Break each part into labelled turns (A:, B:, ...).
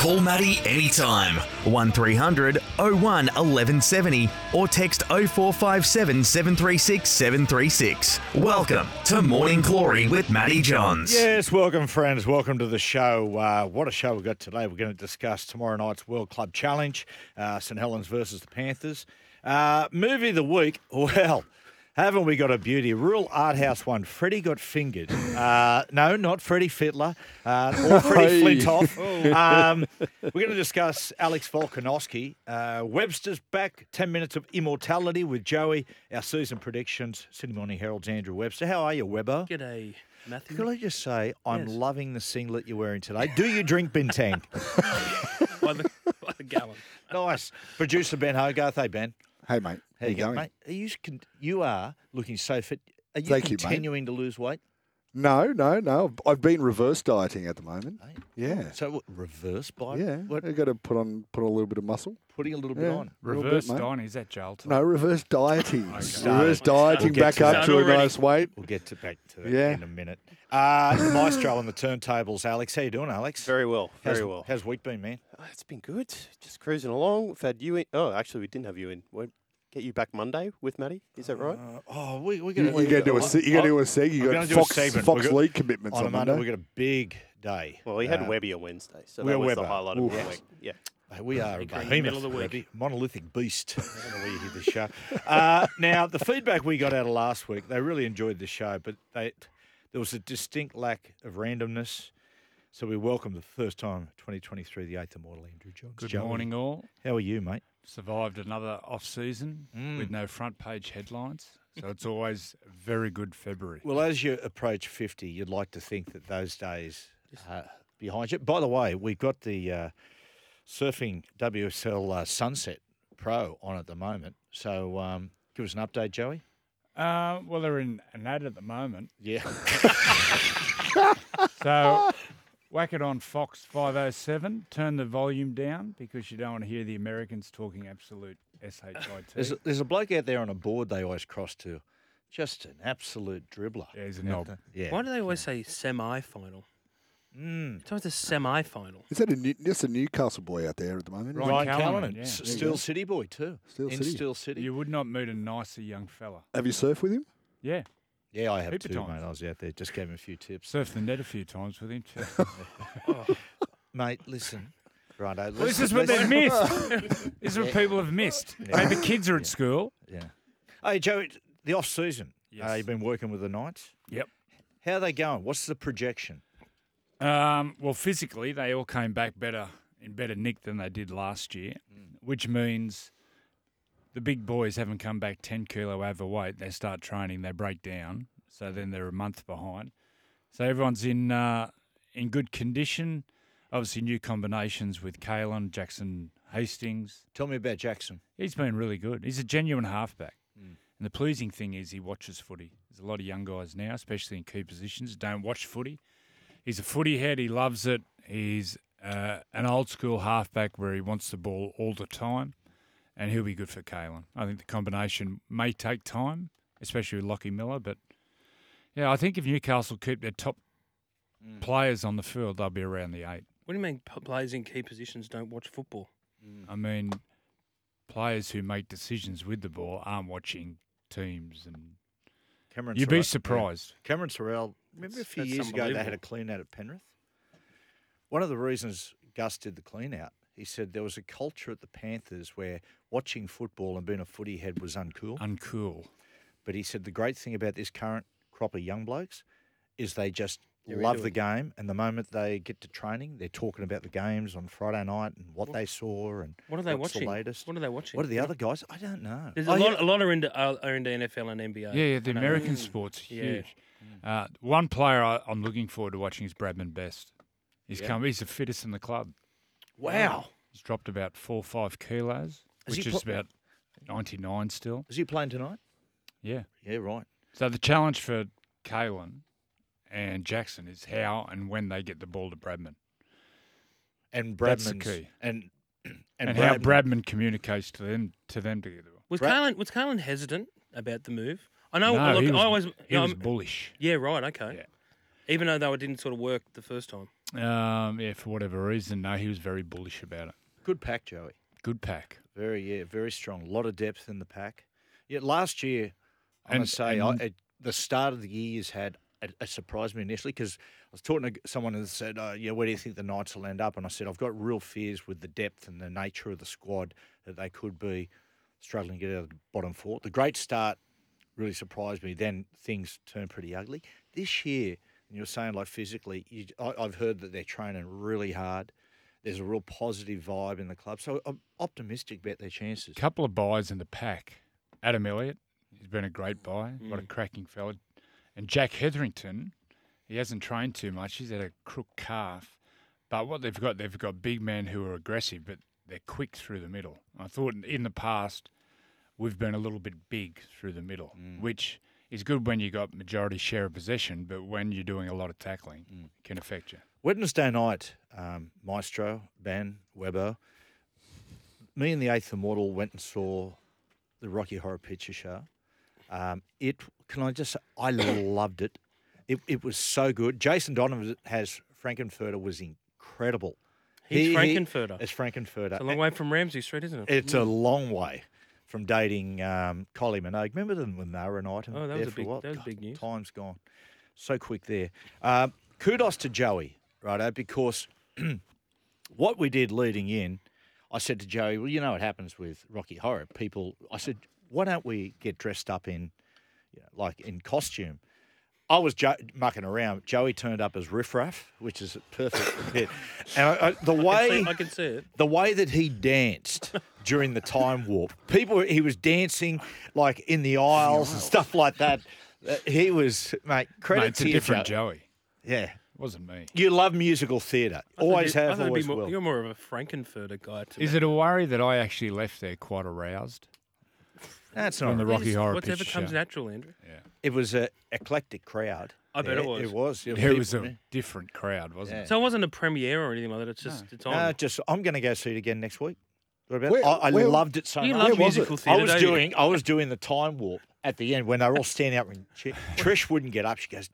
A: Call Maddie anytime. 1300 01 1170 or text 0457 736 736. Welcome to Morning Glory with Maddie Johns.
B: Yes, welcome, friends. Welcome to the show. Uh, what a show we've got today. We're going to discuss tomorrow night's World Club Challenge, uh, St Helens versus the Panthers. Uh, movie of the week, well, haven't we got a beauty? Rural art house one. Freddie got fingered. Uh, no, not Freddie Fittler uh, or Freddie Flintoff. Um, we're going to discuss Alex Volkanovski, uh, Webster's back, 10 minutes of immortality with Joey, our season predictions, Sydney Morning Herald's Andrew Webster. How are you, Webber?
C: G'day, Matthew.
B: Could I just say, I'm
C: Yes.
B: loving the singlet you're wearing today. Do you drink Bintang?
C: By the, by the gallon.
B: nice. Producer Ben Hogarth. Hey, Ben.
D: Hey, mate.
B: How you going? mate? Are you, con- you are looking so fit. Are you
D: Thank you, mate.
B: continuing to lose weight?
D: No, no, no. I've been reverse dieting at the moment.
B: Hey.
D: Yeah.
B: So what, reverse bite?
D: Yeah.
B: What,
D: I've got to put on put on a little bit of muscle.
B: putting a little bit
D: Yeah.
B: on.
D: Little bit,
E: Reverse
D: mate.
E: dining, is that jail time?
D: No, reverse dieting. reverse
B: Started. We'll
D: dieting
B: get
D: back
B: to
D: up
B: that
D: to a
C: already.
D: nice weight.
B: We'll get to back to that
D: Yeah.
B: in a minute. Uh, the maestro on the turntables, Alex. How you doing, Alex?
F: Very well,
B: How's-
F: very well.
B: How's week been, man?
F: Oh, it's been good. Just cruising along. We've had you in. Oh, actually, we didn't have you in. We'll get you back Monday with Maddie. Is that right?
B: Uh, oh, we we
D: You,
B: gonna
D: you get to a se- you get to a seg.
B: I'm
D: You
B: gonna
D: got
B: do a
D: Fox
B: segment.
D: Fox
B: We got-
D: League commitments
B: on a Monday. We
D: Monday.
B: got a big day.
F: well, we had
B: Uh,
F: Webby on Wednesday, so
B: we had
F: that was the
B: Webber.
F: highlight of the
B: Oof.
F: week. Yeah.
B: Hey, We are a
C: Big game in the
B: behemoth,
C: middle of the week.
B: Robbie. monolithic beast. I don't know where you hear this show. Uh, now, the feedback we got out of last week, they really enjoyed the show, but they there was a distinct lack of randomness. So we welcome the first time, 2023, the eighth immortal Andrew Johns.
E: Good
B: Joey,
E: morning, all.
B: How are you, mate?
E: Survived another off season with no front page headlines. So it's always a very good February.
B: Well, as you approach 50, you'd like to think that those days are behind you. By the way, we've got the uh, surfing WSL uh, Sunset Pro on at the moment. So um, give us an update, Joey.
E: Uh, well, they're in an ad at the moment.
B: Yeah.
E: So whack it on Fox 507. Turn the volume down because you don't want to hear the Americans talking absolute
B: There's
E: SHIT.
B: a, there's a bloke out there on a board they always cross to. Just an absolute dribbler.
E: Yeah, he's a knob.
B: Yeah.
C: Why do they always say semi-final?
E: Hmm.
B: Mm.
C: It's always a semi-final.
D: Is that a new, that's a Newcastle boy out there at the moment?
E: Ryan
B: Ryan
E: Callanan,
B: Callanan.
E: yeah.
B: S-
E: There
D: you
B: Steel
D: go.
B: City boy, too.
D: Steel
B: In
D: City.
B: Steel City.
E: You would not meet a nicer young fella.
D: Have you surfed with him?
E: Yeah.
B: yeah, I have
E: Heap
B: too,
E: of times.
B: mate. I was out there. Just gave him a few tips.
E: Surfed the net a few times with him too.
B: Mate, listen. Right, let's,
E: Well, this is what they've missed. this is what people have missed. Hey, the kids are at school.
B: Yeah. Hey, Joe, the off season. Uh,
E: Yes.
B: you've been working with the Knights.
E: Yep.
B: How are they going? What's the projection?
E: Um, well, physically, they all came back better in better nick than they did last year, which means the big boys haven't come back 10 kilo overweight. They start training, they break down, so then they're a month behind. So everyone's in uh, in good condition. Obviously, new combinations with Kalen, Jackson Hastings.
B: Tell me about Jackson.
E: He's been really good. He's a genuine halfback. And the pleasing thing is he watches footy. There's a lot of young guys now, especially in key positions, don't watch footy. He's a footy head. He loves it. He's uh, an old school halfback where he wants the ball all the time, and he'll be good for Kalen. I think the combination may take time, especially with Lockie Miller. But yeah, I think if Newcastle keep their top players on the field, they'll be around the eight.
C: What do you mean p- players in key positions don't watch football?
E: I mean, players who make decisions with the ball aren't watching teams, and
B: Cameron
E: you'd be
B: Sorrell.
E: surprised.
B: Yeah. Cameron Sorrell. Remember a
C: That's-
B: few
C: that's
B: years ago they had a
C: unbelievable.
B: clean out at Penrith? One of the reasons Gus did the clean out, he said there was a culture at the Panthers where watching football and being a footy head was uncool.
E: Uncool.
B: But he said the great thing about this current crop of young blokes is they just
C: They're
B: love
C: into
B: the
C: it.
B: game. And the moment they get to training, they're talking about the games on Friday night and what they saw and
C: What are they
B: what's
C: watching?
B: the latest.
C: What are they watching?
B: What are the other guys? I don't know.
C: There's a
B: Oh,
C: lot.
B: yeah.
C: A lot are into are, are into NFL and NBA.
E: Yeah, yeah the
C: I know.
E: American sports are
C: Yeah. Mm.
E: huge. Uh, one player I, I'm looking forward to watching is Bradman Best. He's
B: Yeah.
E: come. He's the fittest in the club.
B: Wow.
E: He's dropped about four or five kilos,
B: Has he
E: which is
B: pl-
E: about 99 still.
B: Is he playing tonight?
E: Yeah.
B: Yeah, right.
E: So the challenge for Kalen and Jackson is how and when they get the ball to Bradman
B: And
E: That's the
B: Bradman's
E: key.
B: and and,
E: and, how
B: Bradman-
E: Bradman communicates to them to them to get the ball.
C: Was
B: Brad-
C: Carlin was Carlin hesitant about the move? I know.
E: No,
C: look,
E: he was,
C: I always.
E: he
C: no,
E: was
C: I'm-
E: bullish.
C: yeah, right. Okay. Even though though it didn't sort of work the first time.
E: Um, yeah, for whatever reason, no, he was very bullish about it.
B: Good pack, Joey.
E: Good pack.
B: Very yeah, very strong. A lot of depth in the pack. Yeah, last year I
E: And-
B: must say I,
E: and-
B: at the start of the year has had it, it surprised me initially because I was talking to g- someone and said, uh, "Yeah, where do you think the Knights will end up?" And I said, "I've got real fears with the depth and the nature of the squad that they could be struggling to get out of the bottom four. The great start really surprised me. Then things turned pretty ugly this year. And you're saying like physically, you, I, I've heard that they're training really hard. There's a real positive vibe in the club, so I'm optimistic about their chances.
E: couple of buys in the pack. Adam Elliott, he's been a great buy. What a cracking fella. And Jack Hetherington, he hasn't trained too much. He's had a crook calf. But what they've got, they've got big men who are aggressive, but they're quick through the middle. I thought in- in the past, we've been a little bit big through the middle, which is good when you got majority share of possession, but when you're doing a lot of tackling, it can affect you.
B: Wednesday night, um, Maestro, Ben, Weber, me and the Eighth Immortal went and saw the Rocky Horror Picture Show. Um, it can I just say, I loved it. It it was so good. Jason Donovan has Frankenfurter was incredible.
C: He's
B: He- he-
C: Frankenfurter.
B: It's Frankenfurter.
C: It's a long way from Ramsey Street, isn't it?
B: It's a long way from dating um, Kylie Minogue. Remember them when they were an item?
C: Oh, that was
B: there
C: a
B: for
C: big-
B: while?
C: that was
B: God,
C: big news.
B: Time's gone so quick there. Uh, kudos to Joey, righto, because what we did leading in, I said to Joey, well, you know what happens with Rocky Horror. People, I said, why don't we get dressed up in, you know, like in costume? I was jo- mucking around. Joey turned up as Riff Raff, which is perfect. fit. And I, I, the
C: I
B: way
C: can see- I can see it.
B: the way that he danced during the time warp, people were- he was dancing like in the aisles and stuff like that. Uh, He was mate. Credit
E: Mate, it's
B: to
E: a
B: you,
E: different
B: Joe.
E: Joey.
B: Yeah,
E: It wasn't me.
B: you love musical theatre. Always
C: I thought you'd- I
B: have,
C: thought it'd be
B: always
C: more-
B: will.
C: You're more of a Frankenfurter guy. To
E: Is
C: me.
E: it a worry that I actually left there quite aroused?
B: That's
E: on
B: not.
E: the Rocky
C: Please,
E: Horror
C: Whatever
E: Picture
C: comes
E: Show.
C: natural, Andrew.
B: It was an eclectic crowd.
C: I bet
B: Yeah,
C: it was.
B: It was.
E: It
B: people-
E: was a different crowd, wasn't
B: Yeah.
E: it?
C: So it wasn't a premiere or anything like that. It's just it's on.
B: Uh, just I'm going to go see it again next week. What about?
D: Where-
B: I, I
D: where-
B: loved it so
C: you
B: much.
C: love
D: was
C: musical
B: I
C: theatre.
B: was
C: don't you?
B: doing I was doing the time warp at the end when they were all standing up and she, Trish wouldn't get up. She goes,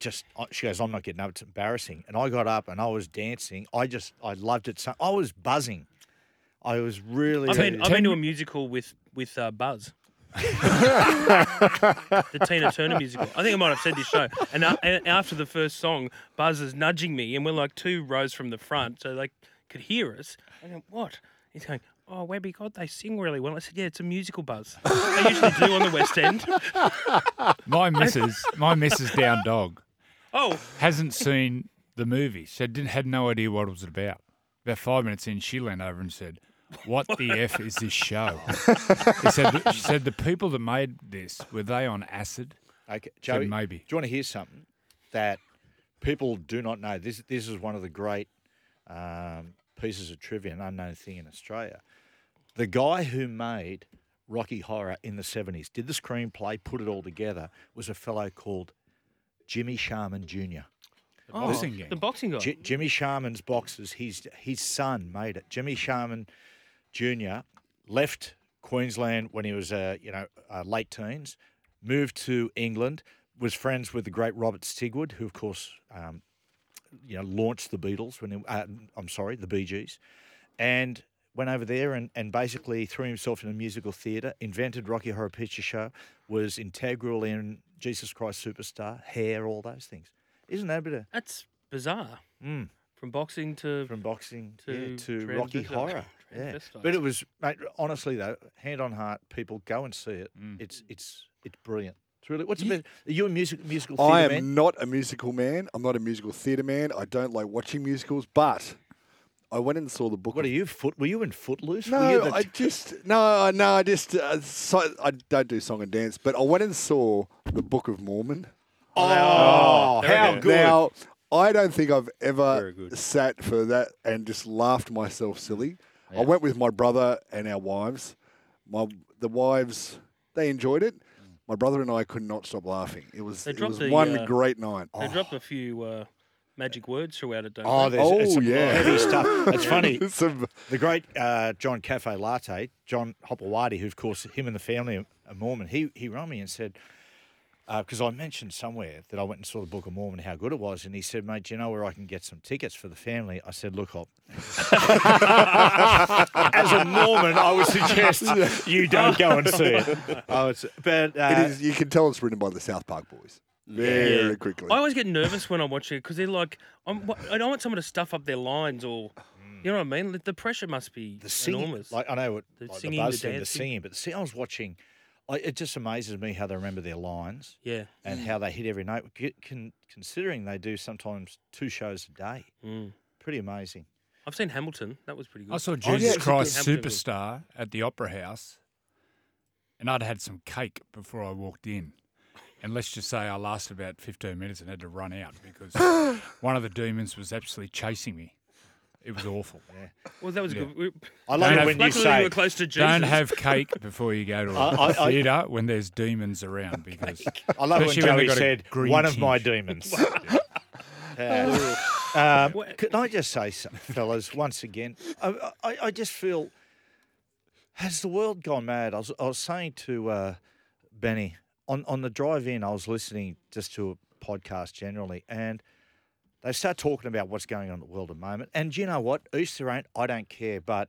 B: just uh, she goes, I'm not getting up. It's embarrassing. And I got up and I was dancing. I just I loved it so. I was buzzing. I was really.
C: I've been, I've
E: Ten-
C: been to a musical with with uh, Buzz. the Tina Turner musical. I think I might have said this show. And, uh, and after the first song, Buzz is nudging me, and we're like two rows from the front, so they could hear us. I go, what? He's going, oh, Webby, God, they sing really well. I said, yeah, it's a musical, Buzz. they usually do on the West End.
E: My missus, my missus down dog,
C: Oh,
E: hasn't seen the movie, so didn't had no idea what it was about. About five minutes in, she leaned over and said, "What the f is this show?" He said, she said, "The people that made this were they on acid?"
B: okay, Joey,
E: maybe.
B: Do you want to hear something that people do not know? This this is one of the great um, pieces of trivia, an unknown thing in Australia. The guy who made Rocky Horror in the 70s, did the screenplay, put it all together, was a fellow called Jimmy Sharman Jr.
E: The
C: oh,
E: boxing gang.
C: the boxing guy.
B: J- Jimmy Sharman's boxes, his, his son made it. Jimmy Sharman Jr. left Queensland when he was, uh, you know, uh, late teens, moved to England, was friends with the great Robert Stigwood, who, of course, um, you know, launched the Beatles when he, uh, I'm sorry, the Bee Gees, and went over there and, and basically threw himself into musical theatre, invented Rocky Horror Picture Show, was integral in Jesus Christ Superstar, Hair, all those things. Isn't that a bit of
C: That's bizarre.
B: Mm.
C: From boxing to
B: from boxing
C: to
B: yeah, to
C: transvestite-
B: Rocky Horror? Yeah,
C: transvestites.
B: but it was mate, honestly though, hand on heart, people go and see it. It's it's it's brilliant. It's really what's the best- Are you a music musical theatre
D: I am
B: man?
D: not a musical man. I'm not a musical theatre man. I don't like watching musicals, but I went and saw the book.
B: What
D: of-
B: are you foot? Were you in Footloose? Were you
D: No,
B: the
D: I just no, no. I just uh, so, I don't do song and dance, but I went and saw the Book of Mormon
B: Oh,
C: They're
B: how
C: good.
B: good.
D: Now, I don't think I've
F: Very
D: ever
F: good.
D: sat for that and just laughed myself silly. I went with my brother and our wives. My the wives they enjoyed it. My brother and I could not stop laughing. It was
C: Mm. They
D: it
C: dropped
D: was
C: the,
D: one
C: uh,
D: great night.
C: They drop a few uh, magic words throughout it, don't
B: Oh,
C: they?
B: there's
D: Oh,
B: it's some
D: yeah.
B: heavy stuff. It's funny.
D: Some-
B: The great uh, John Cafe Latte, John Hopawadi, who of course him and the family are are Mormon. He he rang me and said because I mentioned somewhere that I went and saw the Book of Mormon how good it was, and he said, "Mate, do you know where I can get some tickets for the family?" I said, "Look, Hop." As a Mormon, I would suggest you don't go and see it.
C: Oh,
B: I would, s- but uh,
D: it is, you can tell it's written by the South Park boys very quickly.
E: Oh.
C: I always get nervous when I watch it because they're like, I'm, wha- I don't want someone to stuff up their lines or, you know what I mean? The pressure must be
B: the singing,
C: enormous.
B: like I know what
C: The
B: like, the,
C: singing, the
B: buzz thing, the
C: dancing.
B: singing, but the see, I was watching. I, it just amazes me how they remember their lines.
C: yeah.
B: and how they hit every note, c- con- considering they do sometimes two shows a day.
C: Mm.
B: Pretty amazing.
C: I've seen Hamilton. That Oh, was pretty good.
E: I saw
D: yeah,
E: Jesus
D: it's a good-
E: Christ
C: Hampton was-
E: Superstar at the Opera House, and I'd had some cake before I walked in. And let's just say I lasted about 15 minutes and had to run out because one of the demons was absolutely chasing me. It was awful.
C: Well, that was
E: Yeah.
C: good. We-
B: I love it
E: have-
B: when you
C: Luckily, we
B: say
C: were close to Jesus.
E: Don't have cake before you go to a
B: I- I-
E: theatre when there's demons around because
B: I love it when
E: especially when
B: Joey
E: they've got a
B: said
E: green
B: one of my
E: tinge."
B: demons. Yeah. um,
C: What-
B: can I just say something, fellas? Once again, I, I, I just feel has the world gone mad? I was, I was saying to uh, Benny on on the drive in, I was listening just to a podcast generally, and they start talking about what's going on in the world at the moment. And you know what? Easter ain't. I don't care, but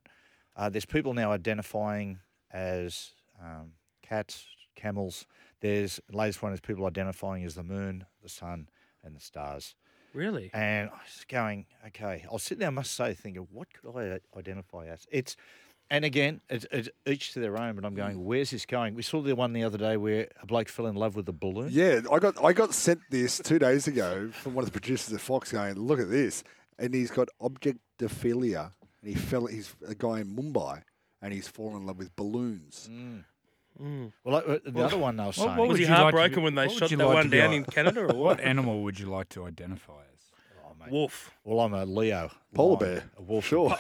B: uh, there's people now identifying as um, cats, camels. There's the latest one is people identifying as the moon, the sun, and the stars.
C: Really?
B: And I was going, okay, I'll sit there. I must say, thinking, what could I i- identify as? It's, and again, it's, it's each to their own. But I'm
D: Mm.
B: going, where's this going? We saw the one the other day where a bloke fell in love with a balloon.
D: Yeah, I got I got sent this two days ago from one of the producers at Fox going, look at this, and he's got objectophilia, and he fell. He's a guy in Mumbai, and he's fallen in love with balloons.
C: Mm.
B: Well, I- the other one they were saying,
E: what
C: was he
E: would you like to
C: heartbroken
E: be-
C: when they
E: what would
C: shot
E: you
C: that
E: like to
C: one
E: be
C: down
E: like?
C: in Canada or
E: what
C: what?
E: animal would you like to identify as?
C: Wolf.
B: well, I'm a Leo,
D: Polar
B: lion,
D: bear.
B: a wolf,
D: Sure.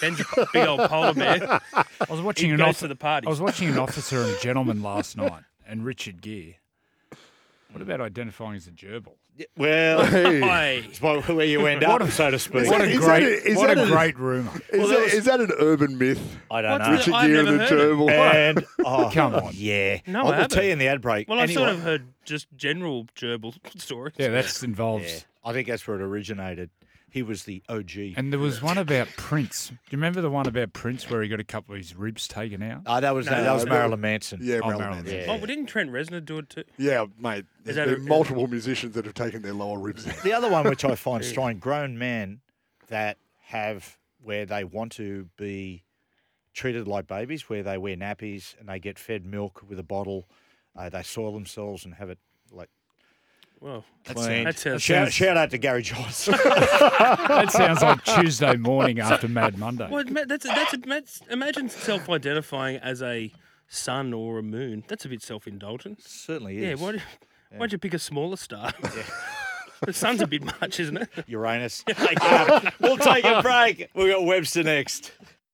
C: Ben's a big old polar bear.
E: I was watching an
C: goes
E: officer
C: to the parties.
E: I was watching an officer and a gentleman last night, and Richard Gere. What about identifying as a gerbil?
B: Yeah, Well,
D: Hey,
C: Hey.
B: it's by where you end up, so to speak.
E: What
D: that-
E: a
D: is
E: great,
D: that a- is
E: what
D: that
E: a
D: a-
E: great rumor!
D: is, that, is that an urban myth?
B: I don't
C: What's
B: know.
C: the-
D: Richard
C: I've
D: Gere and
C: never
D: the
C: heard it.
D: gerbil.
B: And oh,
E: Come on.
B: yeah.
C: No, I
B: I'll, I'll tell
C: haven't.
B: you in the ad break.
C: Well, I've
B: anyway,
C: sort of heard just general gerbil stories.
E: Yeah, that's
B: yeah,
E: involves.
B: I think that's where it originated. He was the OG.
E: And there was one about Prince. Do you remember the one about Prince where he got a couple of his ribs taken out?
B: Oh, that was
C: No,
B: that was
D: no.
B: Marilyn Manson.
D: Yeah,
E: Oh,
D: Marilyn
E: Marilyn
D: Manson.
C: Oh, well, didn't Trent Reznor do it too?
D: Yeah, mate. There's
C: that a-
D: been multiple musicians that have taken their lower ribs out.
B: The other one which I find strange, grown men that have where they want to be treated like babies, where they wear nappies and they get fed milk with a bottle, uh, they soil themselves and have it like
C: Well,
B: cleaned.
C: that sounds-
B: shout, shout out to Gary Johnson.
E: That sounds like Tuesday morning after Mad Monday.
C: well, ma- that's that's that's imagine self-identifying as a sun or a moon. That's a bit self-indulgent.
B: Certainly
C: Yeah,
B: is.
C: why do, why'd you pick a smaller star? the sun's a bit much, isn't it?
B: Uranus. we'll take a break. We've got Webster next.